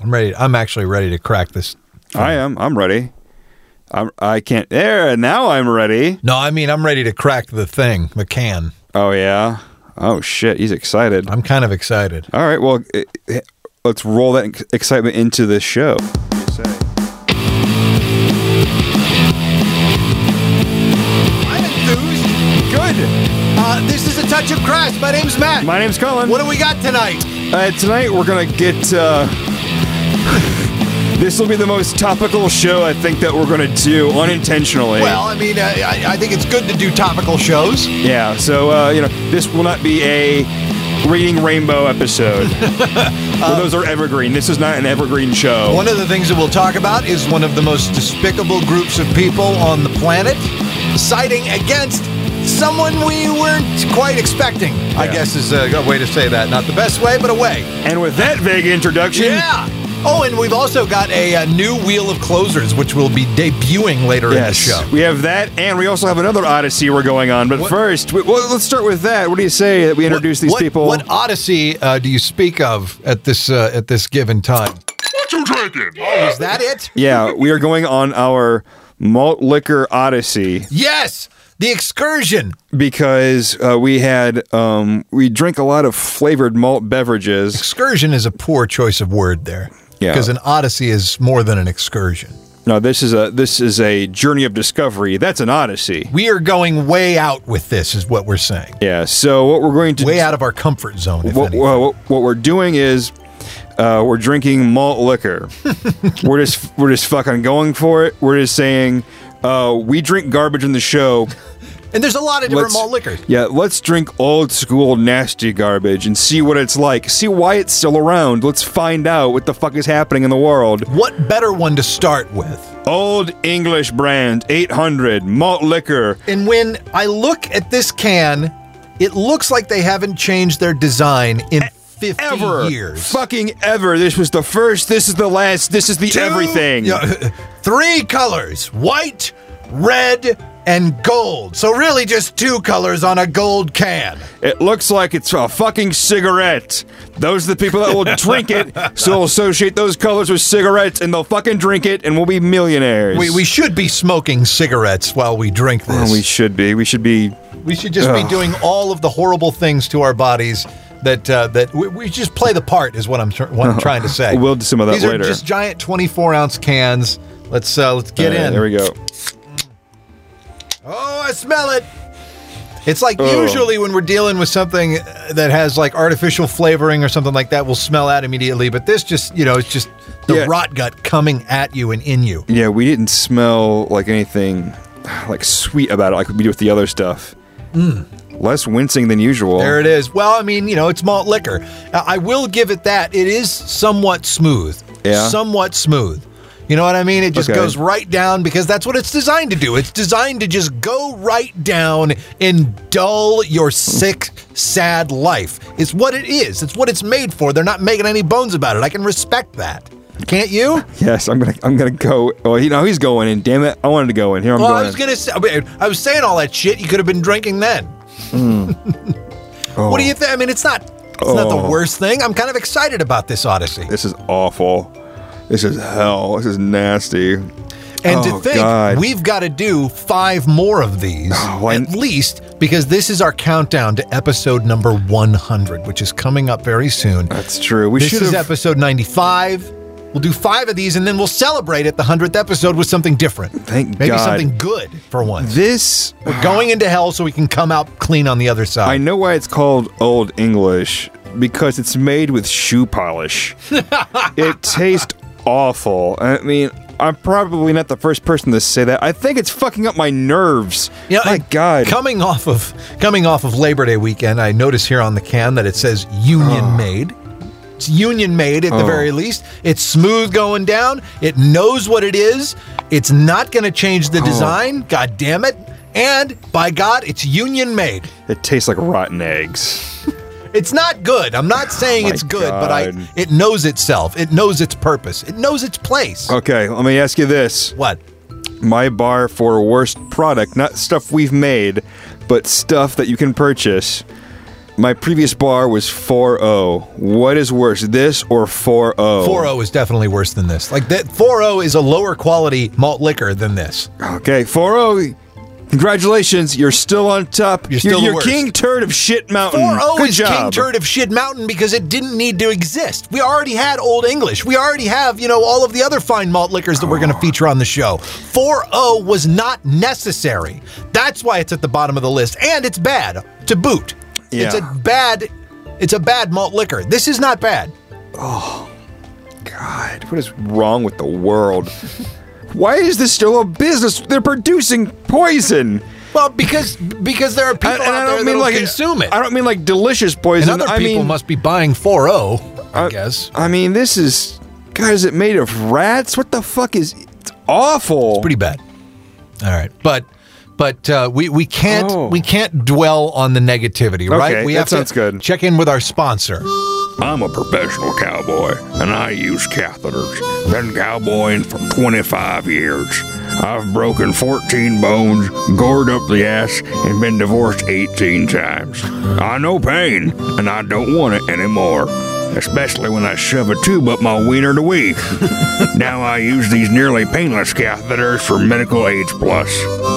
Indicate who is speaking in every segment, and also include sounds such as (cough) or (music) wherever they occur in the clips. Speaker 1: I'm ready. I'm actually ready to crack this.
Speaker 2: I am. I'm ready. I'm, I can't. There. Now I'm ready.
Speaker 1: No, I mean I'm ready to crack the thing, the can.
Speaker 2: Oh yeah. Oh shit. He's excited.
Speaker 1: I'm kind of excited.
Speaker 2: All right. Well, eh, eh, let's roll that ex- excitement into this show.
Speaker 3: I'm enthused.
Speaker 2: Good.
Speaker 3: Uh, this is a touch of Christ. My name's Matt.
Speaker 2: My name's Colin.
Speaker 3: what do we got tonight?
Speaker 2: Uh, tonight we're gonna get. Uh, (laughs) this will be the most topical show I think that we're gonna do unintentionally.
Speaker 3: Well, I mean, uh, I, I think it's good to do topical shows.
Speaker 2: yeah. So uh, you know, this will not be a reading rainbow episode. (laughs) well, those are evergreen. This is not an evergreen show.
Speaker 3: One of the things that we'll talk about is one of the most despicable groups of people on the planet, siding against someone we weren't quite expecting. I
Speaker 2: Yeah.
Speaker 3: guess is a, a way to say that. Not the best way, but a way.
Speaker 2: And with that vague introduction,
Speaker 3: Yeah. Oh, and we've also got a, uh new wheel of closers, which we'll be debuting later
Speaker 2: Yes,
Speaker 3: in the show.
Speaker 2: we have that, and we also have another Odyssey we're going on. But
Speaker 3: What-
Speaker 2: first, we, well, let's start with that. What do you say that we introduce
Speaker 3: What-
Speaker 2: these
Speaker 3: what,
Speaker 2: people?
Speaker 3: What odyssey uh, do you speak of at this uh, at this given time? Is that it?
Speaker 2: Yeah, we are going on our malt liquor Odyssey
Speaker 3: Yes. The excursion.
Speaker 2: because uh, we had um, we drink a lot of flavored malt beverages.
Speaker 3: Excursion is a poor choice of word there.
Speaker 2: Yeah.
Speaker 3: Because an odyssey is more than an excursion.
Speaker 2: No, this is a this is a journey of discovery. That's an Odyssey.
Speaker 3: We are going way out with this, is what we're saying.
Speaker 2: Yeah. So what we're going to
Speaker 3: Way out of our comfort zone. If
Speaker 2: what, uh,
Speaker 3: anything.
Speaker 2: what, what we're doing is uh, we're drinking
Speaker 3: (laughs)
Speaker 2: malt liquor. we're just we're just fucking going for it. We're just saying uh, we drink garbage in
Speaker 3: (laughs)
Speaker 2: the show.
Speaker 3: and there's a lot of different
Speaker 2: Let's-
Speaker 3: malt liquors.
Speaker 2: Yeah, let's drink old school nasty garbage and see what it's like. See why it's still around. Let's find out what the fuck is happening in the world.
Speaker 3: What better one to start with?
Speaker 2: Old English brand 800 malt liquor.
Speaker 3: And when I look at this can, it looks like they haven't changed their design in 50
Speaker 2: E-, Ever.
Speaker 3: years.
Speaker 2: Fucking ever. This was the first. This is the last. This is the
Speaker 3: Two-
Speaker 2: everything.
Speaker 3: yeah, (laughs) three colors white, red, and gold. So, really, just two colors on a gold can.
Speaker 2: It looks like it's a fucking cigarette. Those are the people that will
Speaker 3: (laughs)
Speaker 2: drink it, so they'll associate those colors with cigarettes, and they'll fucking drink it, and we'll be millionaires.
Speaker 3: We, we should be smoking cigarettes while we drink this.
Speaker 2: Oh, we should be. We should be.
Speaker 3: We should just be doing all of the horrible things to our bodies that uh, that we, we just play the part is what I'm tr- what I'm trying to
Speaker 2: (laughs)
Speaker 3: say.
Speaker 2: We'll do some of that
Speaker 3: These
Speaker 2: later.
Speaker 3: are just giant 24 ounce cans. Let's uh, let's get
Speaker 2: Uh,
Speaker 3: in.
Speaker 2: There we go.
Speaker 3: Oh, I smell it. It's like
Speaker 2: Oh.
Speaker 3: usually when we're dealing with something uh, that has like artificial flavoring or something like that, we'll smell out immediately. But this just, you know, it's just the
Speaker 2: Yeah.
Speaker 3: rot gut coming at you and in you.
Speaker 2: Yeah, we didn't smell like anything (sighs) like sweet about it, like we do with the other stuff. Less wincing than usual.
Speaker 3: Hmm. There it is. Well, I mean, you know, it's malt liquor. Uh, I will give it that. It is somewhat smooth.
Speaker 2: Yeah.
Speaker 3: Somewhat smooth. You know what I mean? It just
Speaker 2: Okay.
Speaker 3: goes right down because that's what it's designed to do. It's designed to just go right down and dull your sick, sad life. It's what it is. It's what it's made for. They're not making any bones about it. I can respect that. Can't you?
Speaker 2: Yes, I'm gonna. I'm gonna go. Oh, you know he's going in. Damn it! I wanted to go in. Here I'm
Speaker 3: Well,
Speaker 2: going.
Speaker 3: Oh, I was gonna say. I, mean, I was saying all that shit. You could have been drinking then. (laughs) What do you think? I mean, it's not. It's not the
Speaker 2: Hmm. Oh.
Speaker 3: worst thing. I'm kind of excited about this Odyssey.
Speaker 2: This is awful. This is hell. This is nasty.
Speaker 3: And to
Speaker 2: Oh,
Speaker 3: think
Speaker 2: God. Oh,
Speaker 3: we've got to do five more of these
Speaker 2: I-
Speaker 3: at least because this is our countdown to episode number 100, which is coming up very soon.
Speaker 2: That's true. We
Speaker 3: This
Speaker 2: should
Speaker 3: is
Speaker 2: have.
Speaker 3: episode 95. We'll do five of these and then we'll celebrate at the 100th episode with something different.
Speaker 2: Thank
Speaker 3: Maybe
Speaker 2: God.
Speaker 3: something good for once.
Speaker 2: this.
Speaker 3: We're going into hell so we can come out clean on the other
Speaker 2: I
Speaker 3: side.
Speaker 2: know why it's called Old English because it's made with shoe polish. it tastes awful. I mean, I'm probably not the first person to say that. I think it's fucking up my nerves.
Speaker 3: You know,
Speaker 2: my
Speaker 3: and
Speaker 2: God.
Speaker 3: Coming off of coming off of Labor Day weekend, I notice here on the can that it says Union
Speaker 2: Ah.
Speaker 3: Made. It's Union Made
Speaker 2: Oh.
Speaker 3: at the very least. It's smooth going down. It knows what it is. It's not going to change
Speaker 2: Oh.
Speaker 3: the design. God damn it! And by God, it's Union Made.
Speaker 2: it tastes like rotten eggs.
Speaker 3: It's not good. I'm not saying
Speaker 2: my
Speaker 3: it's good, but I
Speaker 2: God.
Speaker 3: it knows itself. It knows its purpose. It knows its place.
Speaker 2: Okay, let me ask you this.
Speaker 3: What?
Speaker 2: My bar for worst product, not stuff we've made, but stuff that you can purchase. My previous bar was 4.0. What is worse, this or oh? 4.0?
Speaker 3: 4.0 is definitely worse than this. Like that 4.0 is a lower quality malt liquor than this.
Speaker 2: Okay, 4.0. Congratulations, you're still on top.
Speaker 3: You're still the
Speaker 2: you're,
Speaker 3: worst.
Speaker 2: king turd of shit mountain.
Speaker 3: 4.0
Speaker 2: Mm, Good
Speaker 3: is King
Speaker 2: job.
Speaker 3: Turd of Shit Mountain because it didn't need to exist. We already had Old English. We already have, you know, all of the other fine malt liquors that we're going to feature on the show. 4.0 was not necessary. That's why it's at the bottom of the list, and it's bad to boot. It's
Speaker 2: Yeah.
Speaker 3: a bad, it's a bad malt liquor. This is not bad.
Speaker 2: God, what is wrong with the world? Why is this still a business? They're producing poison.
Speaker 3: Well, because because there are people
Speaker 2: And- and
Speaker 3: out there that will consume it.
Speaker 2: I don't mean like delicious
Speaker 3: and
Speaker 2: poison.
Speaker 3: other
Speaker 2: I
Speaker 3: people
Speaker 2: mean,
Speaker 3: must be buying 4.0, I
Speaker 2: I-
Speaker 3: guess.
Speaker 2: I mean, this is. God, is it made of rats? What the fuck is? It's awful.
Speaker 3: pretty bad. All right, but but uh, we we can't
Speaker 2: Oh.
Speaker 3: we can't dwell on the negativity, right? We
Speaker 2: that
Speaker 3: have to
Speaker 2: sounds good.
Speaker 3: check in with our sponsor.
Speaker 4: I'm a professional cowboy and I use catheters. Been cowboying for 25 years. I've broken 14 bones, gored up the ass, and been divorced 18 times. I know pain and I don't want it anymore. Especially when I shove a tube up my wiener to wee. (laughs) now I use these nearly painless catheters for medical aids plus.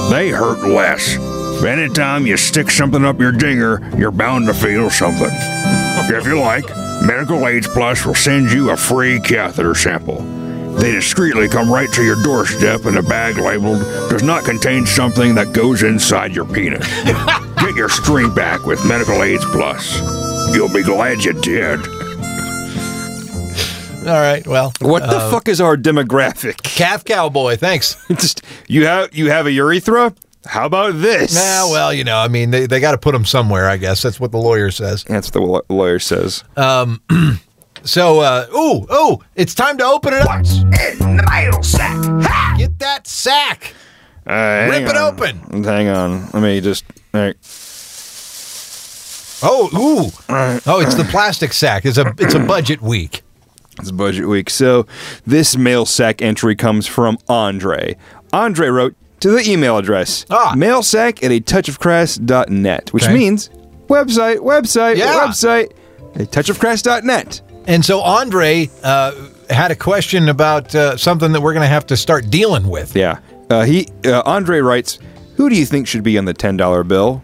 Speaker 4: They hurt less. Anytime you stick something up your dinger, you're bound to feel something. If you like, Medical Aids Plus will send you a free catheter sample. They discreetly come right to your doorstep in a bag labeled does not contain something that goes inside your penis. Get your string back with Medical Aids Plus. You'll be glad you did.
Speaker 3: All right, well, uh,
Speaker 2: What the fuck is our demographic? (laughs)
Speaker 3: calf cowboy, thanks.
Speaker 2: Just you have you have a urethra. How about this?
Speaker 3: Nah, well, you know, I mean, they they got to put them somewhere. I guess that's what the lawyer says.
Speaker 2: that's what the wa- lawyer says.
Speaker 3: So, uh, ooh, ooh, it's time to open it up.
Speaker 4: In the mail sack.
Speaker 3: Get that sack.
Speaker 2: Uh, hang
Speaker 3: Rip it
Speaker 2: on.
Speaker 3: open.
Speaker 2: Hang on. Let me just. All right.
Speaker 3: Oh, ooh, oh, it's the plastic sack. It's a it's a budget week.
Speaker 2: It's budget week. So this mail sack entry comes from Andre. Andre wrote to the email address
Speaker 3: Ah.
Speaker 2: mailsack at a touch of crass.net, which
Speaker 3: Okay.
Speaker 2: means website, website,
Speaker 3: Yeah.
Speaker 2: website, a touch of crass.net.
Speaker 3: And so Andre uh, had a question about uh, something that we're going to have to start dealing with.
Speaker 2: Yeah. Uh, he uh, Andre writes, "Who do you think should be on the ten dollar bill?"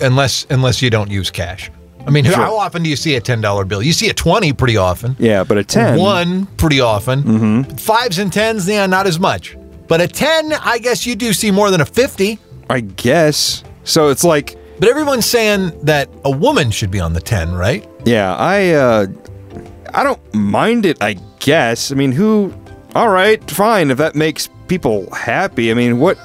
Speaker 3: unless unless you don't use cash. I mean, how often do you see a ten dollar bill? You see a twenty pretty often.
Speaker 2: Yeah, but a ten.
Speaker 3: One pretty often. Fives and tens, yeah, not as much. But a ten, I guess you do see more than a fifty.
Speaker 2: I guess. So it's like,
Speaker 3: But everyone's saying that a woman should be on the ten, right?
Speaker 2: yeah, I, uh, I don't mind it. I guess. I mean, who? All right, fine. If that makes people happy. I mean, what?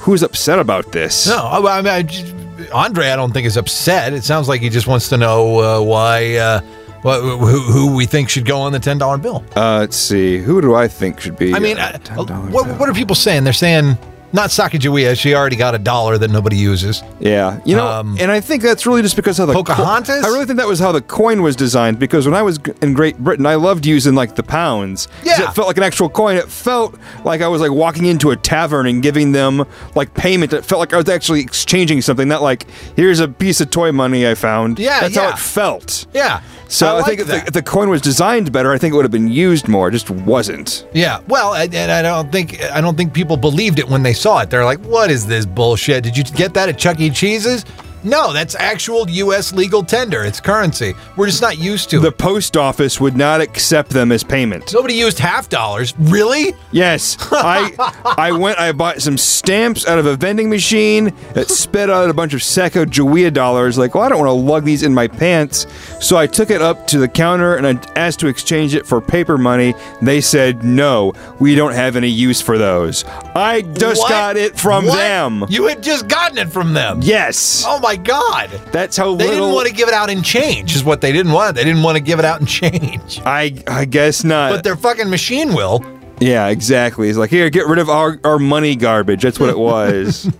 Speaker 2: Who's upset about this?
Speaker 3: No, I, I mean, I just- Andre, I don't think is upset. It sounds like he just wants to know uh, why, uh, wh- who, who we think should go on the ten dollar bill.
Speaker 2: Uh, let's see. Who do I think should be?
Speaker 3: I mean,
Speaker 2: uh,
Speaker 3: I-
Speaker 2: $10
Speaker 3: what,
Speaker 2: bill?
Speaker 3: what are people saying? They're saying not Sacagawea. She already got a dollar that nobody uses.
Speaker 2: Yeah, you know,
Speaker 3: Um,
Speaker 2: and I think that's really just because how the co-
Speaker 3: Pocahontas?
Speaker 2: I really think that was how the coin was designed. Because when I was g- in Great Britain, I loved using like the pounds. 'Cause
Speaker 3: Yeah.
Speaker 2: it felt like an actual coin. It felt like I was like walking into a tavern and giving them like payment. It felt like I was actually exchanging something. Not like here's a piece of toy money I found.
Speaker 3: Yeah,
Speaker 2: that's
Speaker 3: yeah.
Speaker 2: how it felt.
Speaker 3: Yeah.
Speaker 2: So I,
Speaker 3: like
Speaker 2: think if the,
Speaker 3: that.
Speaker 2: if the coin was designed better, I think it would have been used more. It just wasn't.
Speaker 3: yeah. Well, and, and I don't think I don't think people believed it when they saw it. They're like, "What is this bullshit? Did you get that at Chuck E. Cheese's?" No, that's actual U.S. legal tender. It's currency. We're just not used to
Speaker 2: The
Speaker 3: it.
Speaker 2: post office would not accept them as payment.
Speaker 3: Nobody used half dollars. Really?
Speaker 2: Yes, I I went. I bought some stamps out of a vending machine that spit out a bunch of Sacagawea dollars. Like, well, I don't want to lug these in my pants, so I took it up to the counter and I asked to exchange it for paper money. They said, "No, we don't have any use for those." I just
Speaker 3: What?
Speaker 2: got it from
Speaker 3: What?
Speaker 2: them.
Speaker 3: You had just gotten it from them.
Speaker 2: yes,
Speaker 3: Oh my god.
Speaker 2: that's how
Speaker 3: They
Speaker 2: little.
Speaker 3: didn't want to give it out in change, is what they didn't want. They didn't want to give it out in (laughs) change.
Speaker 2: I I guess not.
Speaker 3: But their fucking machine will.
Speaker 2: yeah, exactly. It's like here, get rid of our our money garbage. That's what
Speaker 3: (laughs)
Speaker 2: it was.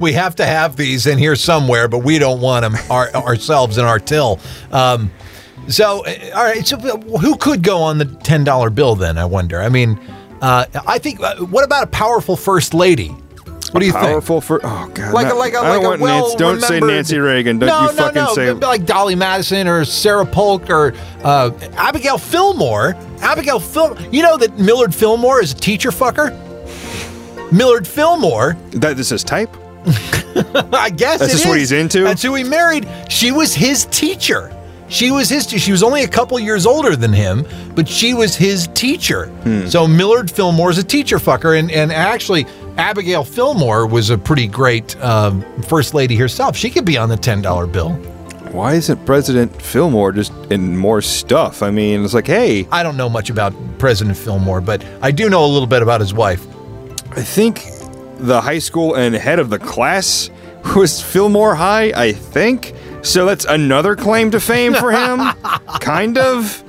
Speaker 3: We have to have these in here somewhere, but we don't want them our, ourselves in our till. Um, so, uh, all right. So, who could go on the ten dollar bill then? I wonder. I mean, uh, I think. Uh, what about a powerful first lady? What do you think?
Speaker 2: Powerful for oh god,
Speaker 3: Like a
Speaker 2: no,
Speaker 3: like a
Speaker 2: I
Speaker 3: like
Speaker 2: don't
Speaker 3: a
Speaker 2: want
Speaker 3: well
Speaker 2: Nancy, don't say
Speaker 3: remembered-
Speaker 2: Nancy Reagan, don't
Speaker 3: no,
Speaker 2: you fucking
Speaker 3: no, no.
Speaker 2: say
Speaker 3: like Dolly Madison or Sarah Polk or uh, Abigail Fillmore. Abigail Fil. You know that Millard Fillmore is a teacher fucker. Millard Fillmore
Speaker 2: that. This is type.
Speaker 3: I guess
Speaker 2: That's
Speaker 3: it
Speaker 2: just what
Speaker 3: is.
Speaker 2: he's into?
Speaker 3: That's who he married. She was his teacher. She was his. She was only a couple years older than him, but she was his teacher.
Speaker 2: Hmm.
Speaker 3: So Millard Fillmore is a teacher fucker, and and actually Abigail Fillmore was a pretty great um, first lady herself. She could be on the ten dollar bill.
Speaker 2: Why isn't President Fillmore just in more stuff? I mean, it's like, hey,
Speaker 3: I don't know much about President Fillmore, but I do know a little bit about his wife.
Speaker 2: I think the high school and head of the class (laughs) was Fillmore High, I think. So that's another claim to fame
Speaker 3: (laughs)
Speaker 2: for him, kind of.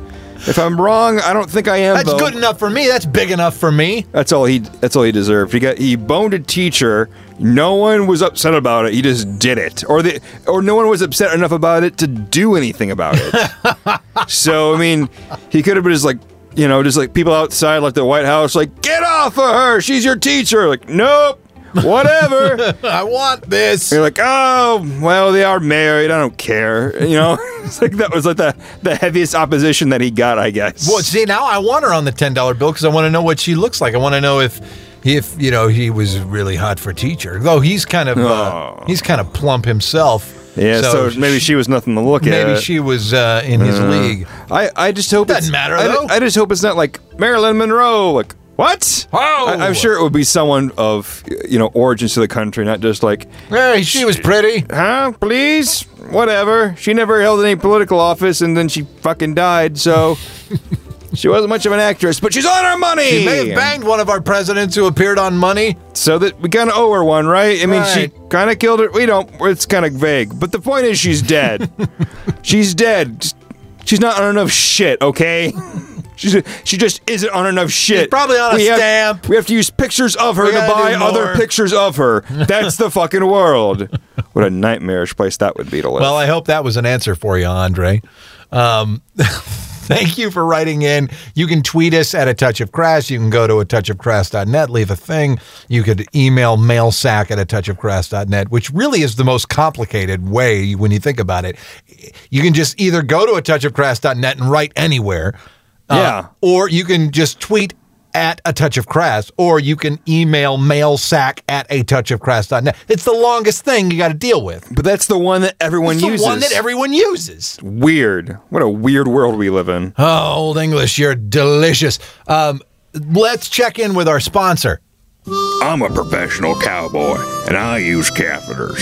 Speaker 2: If I'm wrong, I don't think I am.
Speaker 3: That's
Speaker 2: though.
Speaker 3: good enough for me. That's big enough for me.
Speaker 2: That's all he. That's all he deserved. He got he boned a teacher. No one was upset about it. He just did it, or the or no one was upset enough about it to do anything about it.
Speaker 3: (laughs)
Speaker 2: so I mean, he could have been just like you know, just like people outside, like the White House, like get off of her. She's your teacher. Like nope,
Speaker 3: (laughs)
Speaker 2: whatever.
Speaker 3: I want this.
Speaker 2: You're like, oh, well, they are married. I don't care. You know, (laughs) it's like that was like the the heaviest opposition that he got, I guess.
Speaker 3: Well, see, now I want her on the ten dollar bill because I want to know what she looks like. I want to know if, if you know, he was really hot for teacher. Though he's kind of, uh,
Speaker 2: Oh.
Speaker 3: he's kind of plump himself.
Speaker 2: yeah, so, maybe she was nothing to look at.
Speaker 3: maybe she was uh, in his league.
Speaker 2: I, I just hope
Speaker 3: Doesn't
Speaker 2: it's-
Speaker 3: matter,
Speaker 2: I,
Speaker 3: though.
Speaker 2: I just hope it's not like Marilyn Monroe. Like what?
Speaker 3: Oh!
Speaker 2: I, am sure it would be someone of you know origins to the country, not just like
Speaker 3: Hey, she was pretty.
Speaker 2: huh, please, whatever. She never held any political office, and then she fucking died.
Speaker 3: (laughs)
Speaker 2: So she wasn't much of an actress, but she's on our money.
Speaker 3: She may have banged one of our presidents who appeared on Money.
Speaker 2: So that we kind of owe her one, right? I mean, she
Speaker 3: Right.
Speaker 2: kind of killed her. We don't. It's kind of vague, but the point is,
Speaker 3: (laughs)
Speaker 2: she's dead. she's dead. Just- She's not on enough shit. Okay. (laughs) She's she just isn't on enough shit.
Speaker 3: probably on a
Speaker 2: have-
Speaker 3: stamp.
Speaker 2: we have to use pictures of her
Speaker 3: We
Speaker 2: to
Speaker 3: gotta
Speaker 2: buy
Speaker 3: do
Speaker 2: other
Speaker 3: more.
Speaker 2: pictures
Speaker 3: (laughs)
Speaker 2: of her. That's the fucking world. What a nightmarish place that would be to live.
Speaker 3: Well, I hope that was an answer for you, Andre. Um, (laughs) thank you for writing in. You can tweet us at a touch of crass. You can go to a touch of crass.net, leave a thing. You could email mailsack at a touch of crass.net, which really is the most complicated way when you think about it. You can just either go to a touch of crass.net and write anywhere. uh,
Speaker 2: Yeah.
Speaker 3: or you can just tweet at a touch of crass, or you can email mailsack at a touch of crass.net. It's the longest thing you got to deal with.
Speaker 2: but that's the one that everyone
Speaker 3: It's
Speaker 2: uses.
Speaker 3: the one that everyone uses.
Speaker 2: weird. What a weird world we live in.
Speaker 3: Oh, old English, you're delicious. Um, let's check in with our sponsor.
Speaker 4: I'm a professional cowboy and I use catheters.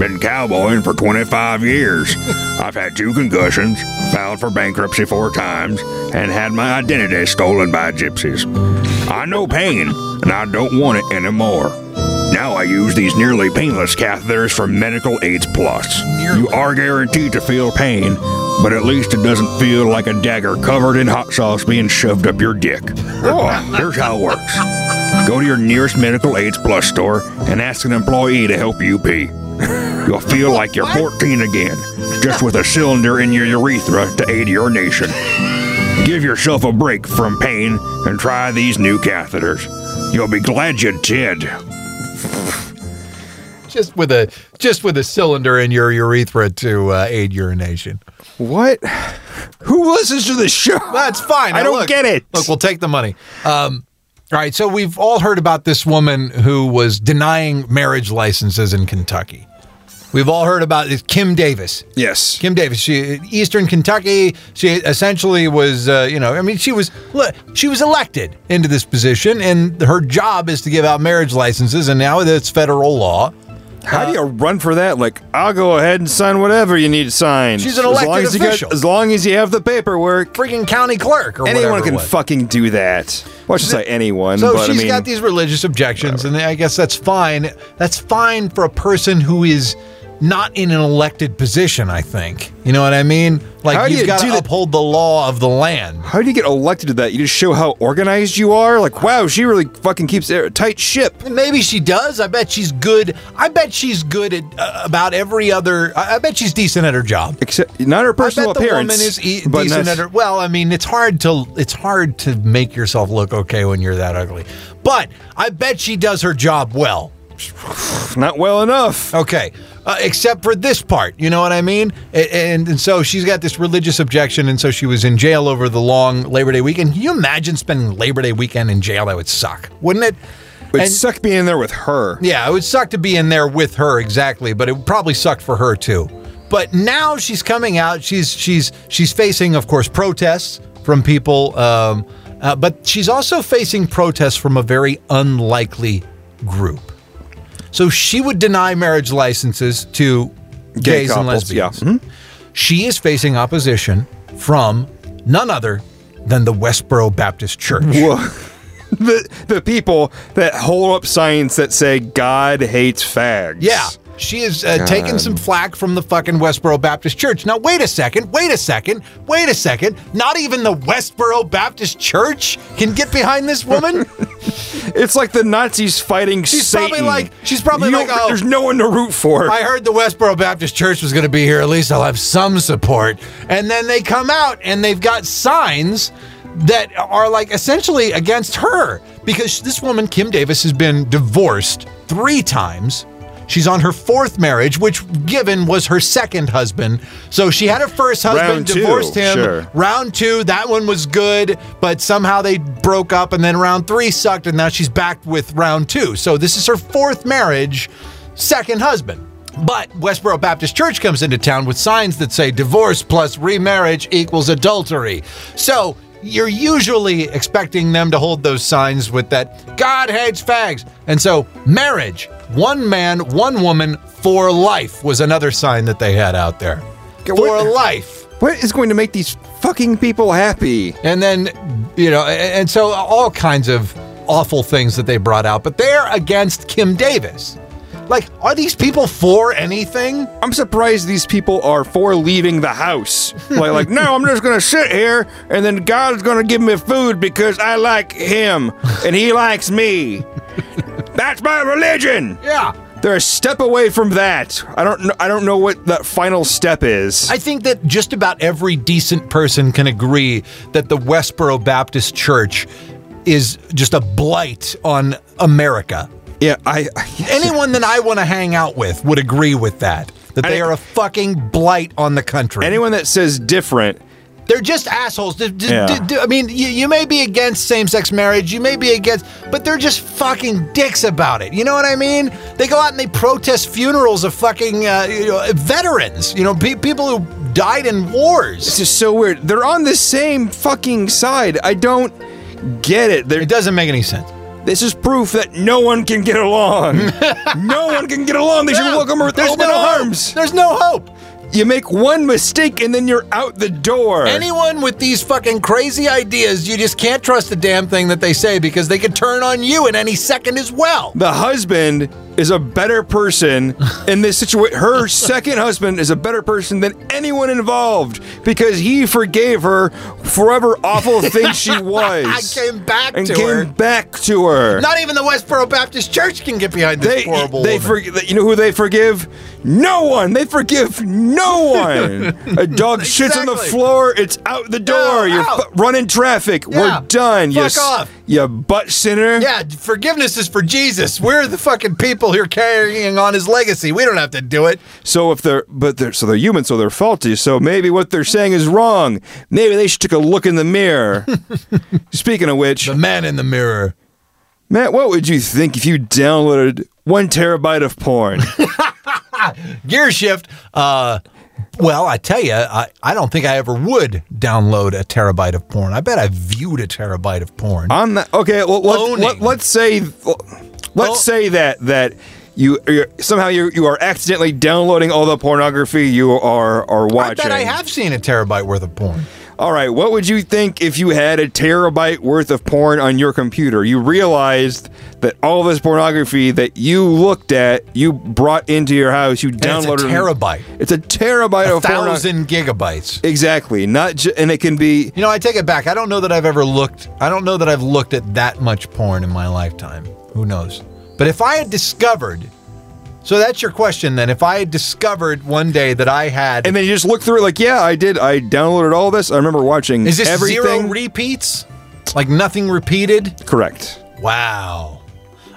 Speaker 4: Been cowboying for 25 years. I've had two concussions, filed for bankruptcy four times, and had my identity stolen by gypsies. I know pain and I don't want it anymore. Now I use these nearly painless catheters from Medical Aids Plus. You are guaranteed to feel pain, but at least it doesn't feel like a dagger covered in hot sauce being shoved up your dick. Here's how it works. Go to your nearest Medical AIDS Plus store and ask an employee to help you pee. You'll feel like you're 14 again, just with a cylinder in your urethra to aid your nation. Give yourself a break from pain and try these new catheters. You'll be glad you did.
Speaker 3: Just with a just with a cylinder in your urethra to uh, aid urination.
Speaker 2: What? (sighs) Who listens to this show?
Speaker 3: That's fine.
Speaker 2: I
Speaker 3: Now,
Speaker 2: don't
Speaker 3: look-
Speaker 2: get it.
Speaker 3: Look, we'll take the money. Um, all right, so we've all heard about this woman who was denying marriage licenses in Kentucky. We've all heard about it. Kim Davis.
Speaker 2: yes.
Speaker 3: Kim Davis, she Eastern Kentucky. She essentially was, uh, you know, I mean, she was look, she was elected into this position, and her job is to give out marriage licenses, and now that's federal law.
Speaker 2: How
Speaker 3: Uh,
Speaker 2: do you run for that? Like, I'll go ahead and sign whatever you need to sign.
Speaker 3: She's an
Speaker 2: as long
Speaker 3: elected
Speaker 2: as you got-
Speaker 3: official.
Speaker 2: as long as you have the paperwork,
Speaker 3: Freaking county clerk or whatever
Speaker 2: anyone
Speaker 3: it
Speaker 2: can
Speaker 3: was.
Speaker 2: fucking do that. Well, I should say anyone,
Speaker 3: So
Speaker 2: but
Speaker 3: she's
Speaker 2: I mean,
Speaker 3: got these religious objections, and I guess that's fine. That's fine for a person who is not in an elected position. I think you know what I mean. Like
Speaker 2: How do
Speaker 3: you've
Speaker 2: you
Speaker 3: got
Speaker 2: do
Speaker 3: to
Speaker 2: that-
Speaker 3: uphold the law of the land.
Speaker 2: how do you get elected to that? You just show how organized you are. Like, wow, she really fucking keeps a tight ship.
Speaker 3: Maybe she does. I bet she's good. I bet she's good at uh, about every other. I, I bet she's decent at her job.
Speaker 2: Except not her personal
Speaker 3: I bet
Speaker 2: appearance,
Speaker 3: the woman is e-
Speaker 2: but
Speaker 3: decent at
Speaker 2: that's-
Speaker 3: her. Well, I mean, it's hard to it's hard to make yourself look okay when you're that ugly. But I bet she does her job well.
Speaker 2: Not well enough.
Speaker 3: Okay, uh, except for this part, you know what I mean? A- And, and so she's got this religious objection, and so she was in jail over the long Labor Day weekend. Can you imagine spending Labor Day weekend in jail? That would suck, wouldn't it?
Speaker 2: It
Speaker 3: And-
Speaker 2: sucked being in there with
Speaker 3: (laughs)
Speaker 2: her.
Speaker 3: yeah, it would suck to be in there with her exactly, but it probably sucked for her too. But now she's coming out. She's she's she's facing, of course, protests from people, um, uh, but she's also facing protests from a very unlikely group. So she would deny marriage licenses to
Speaker 2: Gay
Speaker 3: gays and
Speaker 2: couples,
Speaker 3: lesbians.
Speaker 2: yeah. Mhm.
Speaker 3: She is facing opposition from none other than the Westboro Baptist Church.
Speaker 2: Whoa. (laughs) the the people that hold up signs that say God hates fags.
Speaker 3: Yeah. She is uh, taking some flack from the fucking Westboro Baptist Church. Now, wait a second, wait a second, wait a second. Not even the Westboro Baptist Church can get behind this woman.
Speaker 2: It's like the Nazis fighting
Speaker 3: She's
Speaker 2: Satan.
Speaker 3: probably like- she's probably
Speaker 2: You don't-
Speaker 3: like, oh.
Speaker 2: there's no one to root for.
Speaker 3: I heard the Westboro Baptist Church was going to be here. At least I'll have some support. And then they come out and they've got signs that are like essentially against her because this woman, Kim Davis, has been divorced three times. She's on her fourth marriage, which given was her second husband. So she had a first husband,
Speaker 2: Round two,
Speaker 3: divorced him.
Speaker 2: sure.
Speaker 3: Round two, that one was good, but somehow they broke up, and then round three sucked, and now she's back with round two. So this is her fourth marriage, second husband. But Westboro Baptist Church comes into town with signs that say divorce plus remarriage equals adultery. So you're usually expecting them to hold those signs with that God hates fags. And so marriage, one man, one woman for life was another sign that they had out there.
Speaker 2: what-
Speaker 3: For life.
Speaker 2: what is going to make these fucking people happy?
Speaker 3: And then, you know, a- and so all kinds of awful things that they brought out, but they're against Kim Davis. Like, are these people for anything?
Speaker 2: I'm surprised these people are for leaving the (laughs) house. Like, like, no, I'm just gonna sit here, and then God's gonna give me food because I like Him and He likes (laughs) me. That's my religion.
Speaker 3: Yeah.
Speaker 2: They're a step away from that. I don't. kn- I don't know what that final step is.
Speaker 3: I think that just about every decent person can agree that the Westboro Baptist Church is just a blight on America.
Speaker 2: yeah, I.
Speaker 3: Anyone that I want to hang out with would agree with that. That they
Speaker 2: I-
Speaker 3: are a fucking blight on the country.
Speaker 2: Anyone that says different,
Speaker 3: They're just assholes. D- d-
Speaker 2: Yeah.
Speaker 3: d- d- I mean, you, you may be against same sex marriage, you may be against, but they're just fucking dicks about it. You know what I mean? They go out and they protest funerals of fucking uh, you know, veterans, you know, pe- people who died in
Speaker 2: it's
Speaker 3: wars.
Speaker 2: just so weird. They're on the same fucking side. I don't get it. They're
Speaker 3: It doesn't make any sense.
Speaker 2: This is proof that no one can
Speaker 3: (laughs)
Speaker 2: get along. no one can get along. They should
Speaker 3: No,
Speaker 2: welcome her with
Speaker 3: there's
Speaker 2: open
Speaker 3: no hope.
Speaker 2: arms.
Speaker 3: There's no hope.
Speaker 2: You make one mistake and then you're out the door.
Speaker 3: Anyone with these fucking crazy ideas, you just can't trust the damn thing that they say because they could turn on you in any second as well.
Speaker 2: the husband is a better person
Speaker 3: (laughs)
Speaker 2: in this situation. Her second husband is a better person than anyone involved because he forgave her forever awful thing she was.
Speaker 3: (laughs) I came back
Speaker 2: and
Speaker 3: to
Speaker 2: came
Speaker 3: her.
Speaker 2: back to her.
Speaker 3: Not even the Westboro Baptist Church can get behind this
Speaker 2: they,
Speaker 3: horrible
Speaker 2: they
Speaker 3: woman.
Speaker 2: forg- you know who they forgive? No one. They forgive no
Speaker 3: (laughs)
Speaker 2: one. a dog shits on the
Speaker 3: Exactly.
Speaker 2: floor. It's out the door.
Speaker 3: No,
Speaker 2: You're
Speaker 3: out.
Speaker 2: fu- running traffic.
Speaker 3: Yeah.
Speaker 2: We're done. you
Speaker 3: Fuck
Speaker 2: s-
Speaker 3: off.
Speaker 2: You butt sinner.
Speaker 3: Yeah, forgiveness is for Jesus. We're the fucking people who are carrying on his legacy. We don't have to do it.
Speaker 2: So if they're but they're so they're human, so they're faulty. So maybe what they're saying is wrong. Maybe they should take a look in the mirror.
Speaker 3: (laughs)
Speaker 2: Speaking of which,
Speaker 3: The man in the mirror.
Speaker 2: Matt, what would you think if you downloaded one terabyte of porn?
Speaker 3: Gear shift. Uh, well, I tell you, I, I don't think I ever would download a terabyte of porn. I bet I viewed a terabyte of porn.
Speaker 2: I'm not okay. Well, let,
Speaker 3: Owning.
Speaker 2: let, let's say, let's say that that you you're, somehow you you are accidentally downloading all the pornography you are are
Speaker 3: I
Speaker 2: watching.
Speaker 3: bet I have seen a terabyte worth of porn.
Speaker 2: All right, what would you think if you had a terabyte worth of porn on your computer? You realized that all this pornography that you looked at, you brought into your house, you
Speaker 3: it's a
Speaker 2: downloaded
Speaker 3: terabyte.
Speaker 2: It's a terabyte
Speaker 3: A
Speaker 2: of porno-
Speaker 3: thousand gigabytes.
Speaker 2: Exactly. Not ju- and it can be
Speaker 3: You know, I take it back. I don't know that I've ever looked. I don't know that I've looked at that much porn in my lifetime. Who knows? But if I had discovered, so that's your question then. If I had discovered one day that I had,
Speaker 2: and then you just look through it like, yeah, I did. I downloaded all this. I remember watching
Speaker 3: is this
Speaker 2: everything.
Speaker 3: zero repeats? Like nothing repeated?
Speaker 2: Correct.
Speaker 3: Wow.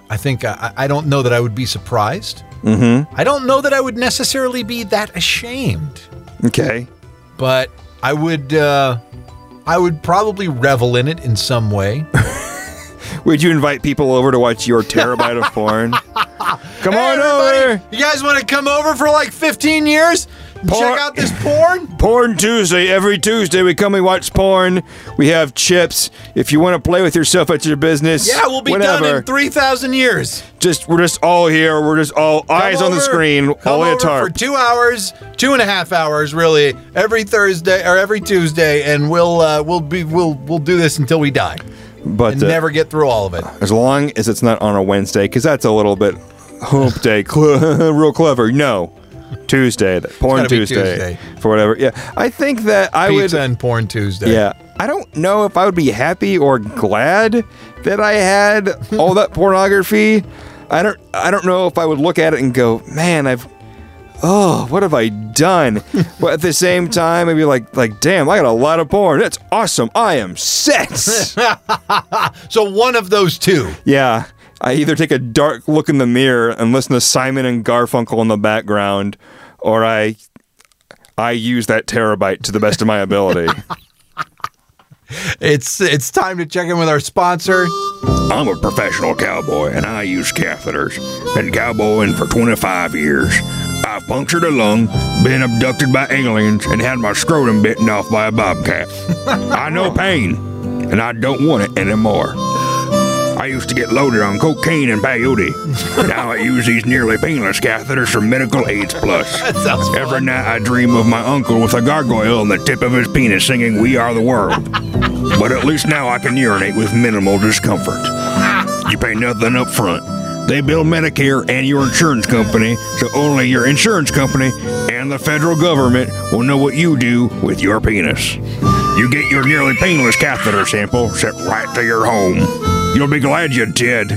Speaker 3: I think uh, I, I don't know that I would be surprised.
Speaker 2: Mm-hmm.
Speaker 3: I don't know that I would necessarily be that ashamed,
Speaker 2: Okay.
Speaker 3: but I would. Uh, I would probably revel in it in some way.
Speaker 2: Would you invite people over to watch your terabyte
Speaker 3: (laughs)
Speaker 2: of porn? Come
Speaker 3: Hey,
Speaker 2: on
Speaker 3: everybody,
Speaker 2: over.
Speaker 3: you guys want to come over for like 15 years? and
Speaker 2: Por-
Speaker 3: Check out this porn?
Speaker 2: Porn Tuesday. Every Tuesday we come and watch porn. We have chips. If you want to play with yourself at your business,
Speaker 3: Yeah, we'll be done
Speaker 2: whatever.
Speaker 3: in 3,000 years.
Speaker 2: Just we're just all here. We're just all eyes
Speaker 3: Come
Speaker 2: on the
Speaker 3: over-
Speaker 2: screen.
Speaker 3: come
Speaker 2: All in a
Speaker 3: over
Speaker 2: tarp.
Speaker 3: for two hours, two and a half hours, really, every Thursday or every Tuesday, and we'll uh, we'll be we'll we'll do this until we die
Speaker 2: but
Speaker 3: and
Speaker 2: uh,
Speaker 3: never get through all of it.
Speaker 2: as long as it's not on a Wednesday, because that's a little bit hump
Speaker 3: (laughs)
Speaker 2: day, cle- (laughs) real clever. No, Tuesday, that porn
Speaker 3: gotta be
Speaker 2: Tuesday,
Speaker 3: Tuesday.
Speaker 2: for whatever. Yeah, I think that I would.
Speaker 3: Pizza and porn Tuesday.
Speaker 2: Yeah. I don't know if I would be happy or glad that I had all that pornography. I don't I don't know if I would look at it and go, "Man, I've oh, what have I done?" but at the same time, I'd be like like, "Damn, I got a lot of porn. That's awesome. I am set."
Speaker 3: So one of those two.
Speaker 2: yeah. I either take a dark look in the mirror and listen to Simon and Garfunkel in the background or I I use that terabyte to the best of my ability.
Speaker 3: It's it's time to check in with our sponsor.
Speaker 4: I'm a professional cowboy and I use catheters. Been cowboying for 25 years. I've punctured a lung, been abducted by aliens, and had my scrotum bitten off by a bobcat. I know pain, and I don't want it anymore. I used to get loaded on cocaine and peyote. Now I use these nearly painless catheters from Medical AIDS Plus.
Speaker 3: That sounds fun.
Speaker 4: Every night I dream of my uncle with a gargoyle on the tip of his penis singing We Are the World. But at least now I can urinate with minimal discomfort. You pay nothing up front. They bill Medicare and your insurance company, so only your insurance company and the federal government will know what you do with your penis. You get your nearly painless catheter sample sent right to your home. You'll be glad you did.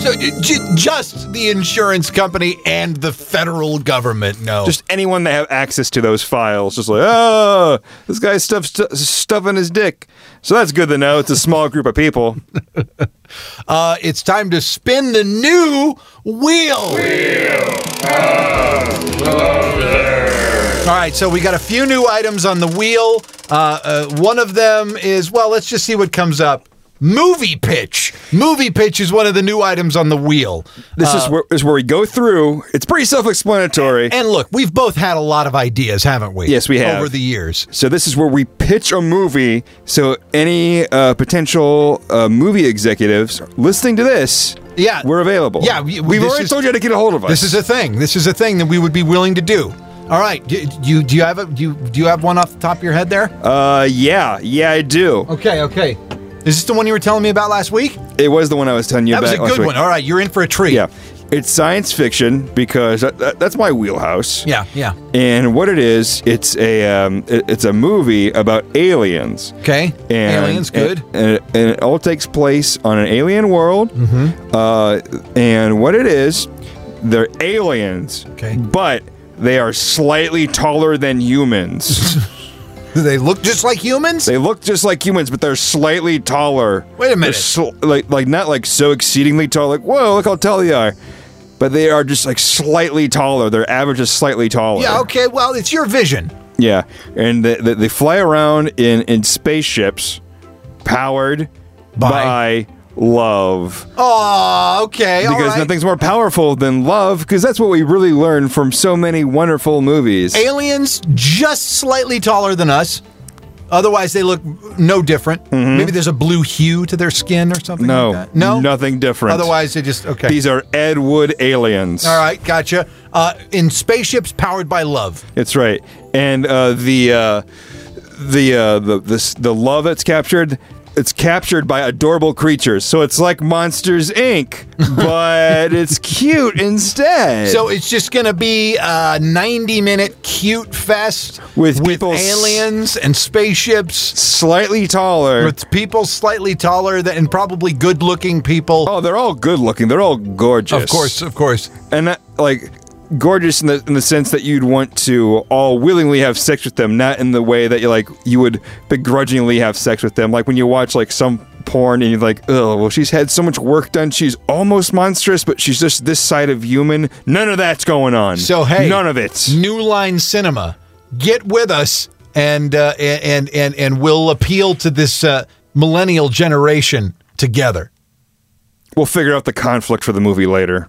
Speaker 3: So j- just the insurance company and the federal government know.
Speaker 2: just anyone that have access to those files, just like, oh, this guy's stuff stu- stuffing his dick. So that's good to know. It's a small group of people.
Speaker 3: Uh, it's time to spin the new wheel. All right, so we got a few new items on the wheel. Uh, uh, one of them is, well, let's just see what comes up. Movie pitch. Movie pitch is one of the new items on the wheel.
Speaker 2: This
Speaker 3: Uh,
Speaker 2: is where is where we go through. It's pretty self-explanatory.
Speaker 3: And look, we've both had a lot of ideas, haven't we?
Speaker 2: Yes, we have.
Speaker 3: Over the years.
Speaker 2: so this is where we pitch a movie. So any uh, potential uh, movie executives listening to this,
Speaker 3: Yeah.
Speaker 2: we're available.
Speaker 3: Yeah, we-
Speaker 2: we,
Speaker 3: we-
Speaker 2: have
Speaker 3: this
Speaker 2: already
Speaker 3: is-
Speaker 2: told you how to get a hold of us.
Speaker 3: This is a thing. This is a thing that we would be willing to do. All right. Do, do you do you have a do you, do you have one off the top of your head there?
Speaker 2: uh, yeah, yeah, I do.
Speaker 3: Okay, okay. Is this the one you were telling me about last week?
Speaker 2: It was the one I was telling you
Speaker 3: That was
Speaker 2: about.
Speaker 3: a
Speaker 2: last
Speaker 3: good
Speaker 2: week.
Speaker 3: one. All right, you're in for a treat.
Speaker 2: Yeah, it's science fiction because that, that, that's my wheelhouse.
Speaker 3: Yeah, yeah.
Speaker 2: And what it is, it's a um, it- it's a movie about aliens.
Speaker 3: Okay.
Speaker 2: And,
Speaker 3: Aliens, good.
Speaker 2: And, and, and it all takes place on an alien world. Mm-hmm. Uh, and what it is, they're aliens.
Speaker 3: Okay.
Speaker 2: But they are slightly taller
Speaker 3: (laughs)
Speaker 2: than humans.
Speaker 3: Do they look just like humans?
Speaker 2: they look just like humans, but they're slightly taller.
Speaker 3: Wait a
Speaker 2: They're
Speaker 3: minute.
Speaker 2: sl- like like not like so exceedingly tall. Like whoa, look how tall they are. But they are just like slightly taller. Their average is slightly taller.
Speaker 3: yeah, okay. Well, it's your vision.
Speaker 2: Yeah, and they, they, they fly around in, in spaceships powered
Speaker 3: By-
Speaker 2: by, love.
Speaker 3: Oh, okay. all
Speaker 2: because
Speaker 3: right.
Speaker 2: nothing's more powerful than love, because that's what we really learn from so many wonderful movies.
Speaker 3: Aliens just slightly taller than us. Otherwise, they look no different. Maybe there's a blue hue to their skin or something
Speaker 2: Mm-hmm. no,
Speaker 3: like that. No.
Speaker 2: nothing different.
Speaker 3: Otherwise, they just okay.
Speaker 2: These are Ed Wood aliens.
Speaker 3: all right, gotcha. Uh, in spaceships powered by love.
Speaker 2: It's right, and uh, the uh, the uh, the this, the love that's captured. It's captured by adorable creatures, so it's like Monsters Inc.,
Speaker 3: (laughs)
Speaker 2: but it's cute instead.
Speaker 3: So it's just going to be a 90 minute cute fest
Speaker 2: With
Speaker 3: with
Speaker 2: people s-
Speaker 3: aliens and spaceships
Speaker 2: slightly taller.
Speaker 3: with people slightly taller than, and probably good looking people.
Speaker 2: oh, they're all good looking. They're all gorgeous.
Speaker 3: Of course, of course.
Speaker 2: and that, like gorgeous in the in the sense that you'd want to all willingly have sex with them, not in the way that you like you would begrudgingly have sex with them. Like when you watch like some porn and you're like, oh, well, she's had so much work done. She's almost monstrous, but she's just this side of human. None of that's going on.
Speaker 3: So hey,
Speaker 2: none of it.
Speaker 3: New Line Cinema, get with us, and uh, and and and we'll appeal to this uh, millennial generation together.
Speaker 2: We'll figure out the conflict for the movie later.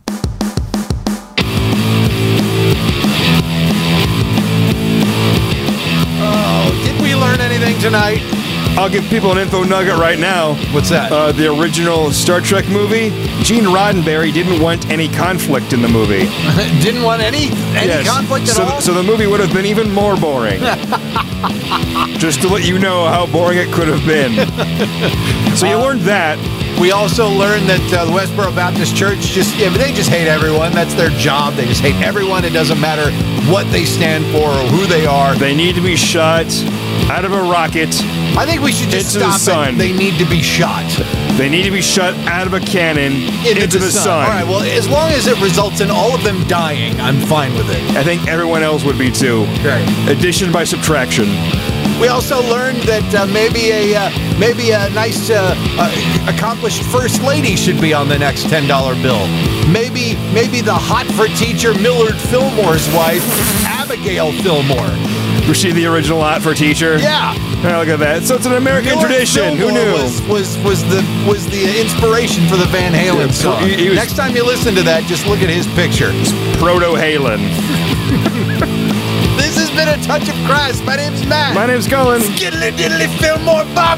Speaker 3: Oh, did we learn anything tonight? (laughs)
Speaker 2: I'll give people an info nugget right now.
Speaker 3: What's that?
Speaker 2: Uh, the original Star Trek movie, Gene Roddenberry didn't want any conflict in the movie.
Speaker 3: Didn't want any any
Speaker 2: Yes.
Speaker 3: conflict at
Speaker 2: so,
Speaker 3: all.
Speaker 2: so the movie would have been even
Speaker 3: (laughs)
Speaker 2: more boring. Just to let you know how boring it could
Speaker 3: (laughs)
Speaker 2: have been. so
Speaker 3: Uh,
Speaker 2: you learned that.
Speaker 3: we also learned that uh, the Westboro Baptist Church just yeah, they just hate everyone. That's their job. They just hate everyone. It doesn't matter what they stand for or who they are.
Speaker 2: They need to be shot out of a rocket.
Speaker 3: I think we should just
Speaker 2: Into the
Speaker 3: stop it.
Speaker 2: sun.
Speaker 3: They need to be shot.
Speaker 2: They need to be shot out of a cannon into, the, sun.
Speaker 3: All right. Well, as long as it results in all of them dying, I'm fine with it.
Speaker 2: I think everyone else would be too.
Speaker 3: Right.
Speaker 2: Addition by subtraction.
Speaker 3: We also learned that uh, maybe a uh, maybe a nice uh, uh, accomplished first lady should be on the next ten dollar bill. Maybe maybe the hot for teacher Millard Fillmore's wife, Abigail Fillmore.
Speaker 2: Was she the original lot for teacher?
Speaker 3: Yeah.
Speaker 2: Oh, look at that. So it's an American
Speaker 3: Millard
Speaker 2: tradition. Who
Speaker 3: Fillmore
Speaker 2: knew?
Speaker 3: Was, was was the was the inspiration for the Van Halen song.
Speaker 2: he- he was-
Speaker 3: Next time you listen to that, just look at his picture.
Speaker 2: Proto Halen.
Speaker 3: This has been a touch of Christ. My name's Matt.
Speaker 2: My name's Colin.
Speaker 3: Skiddly diddly Fillmore Bob.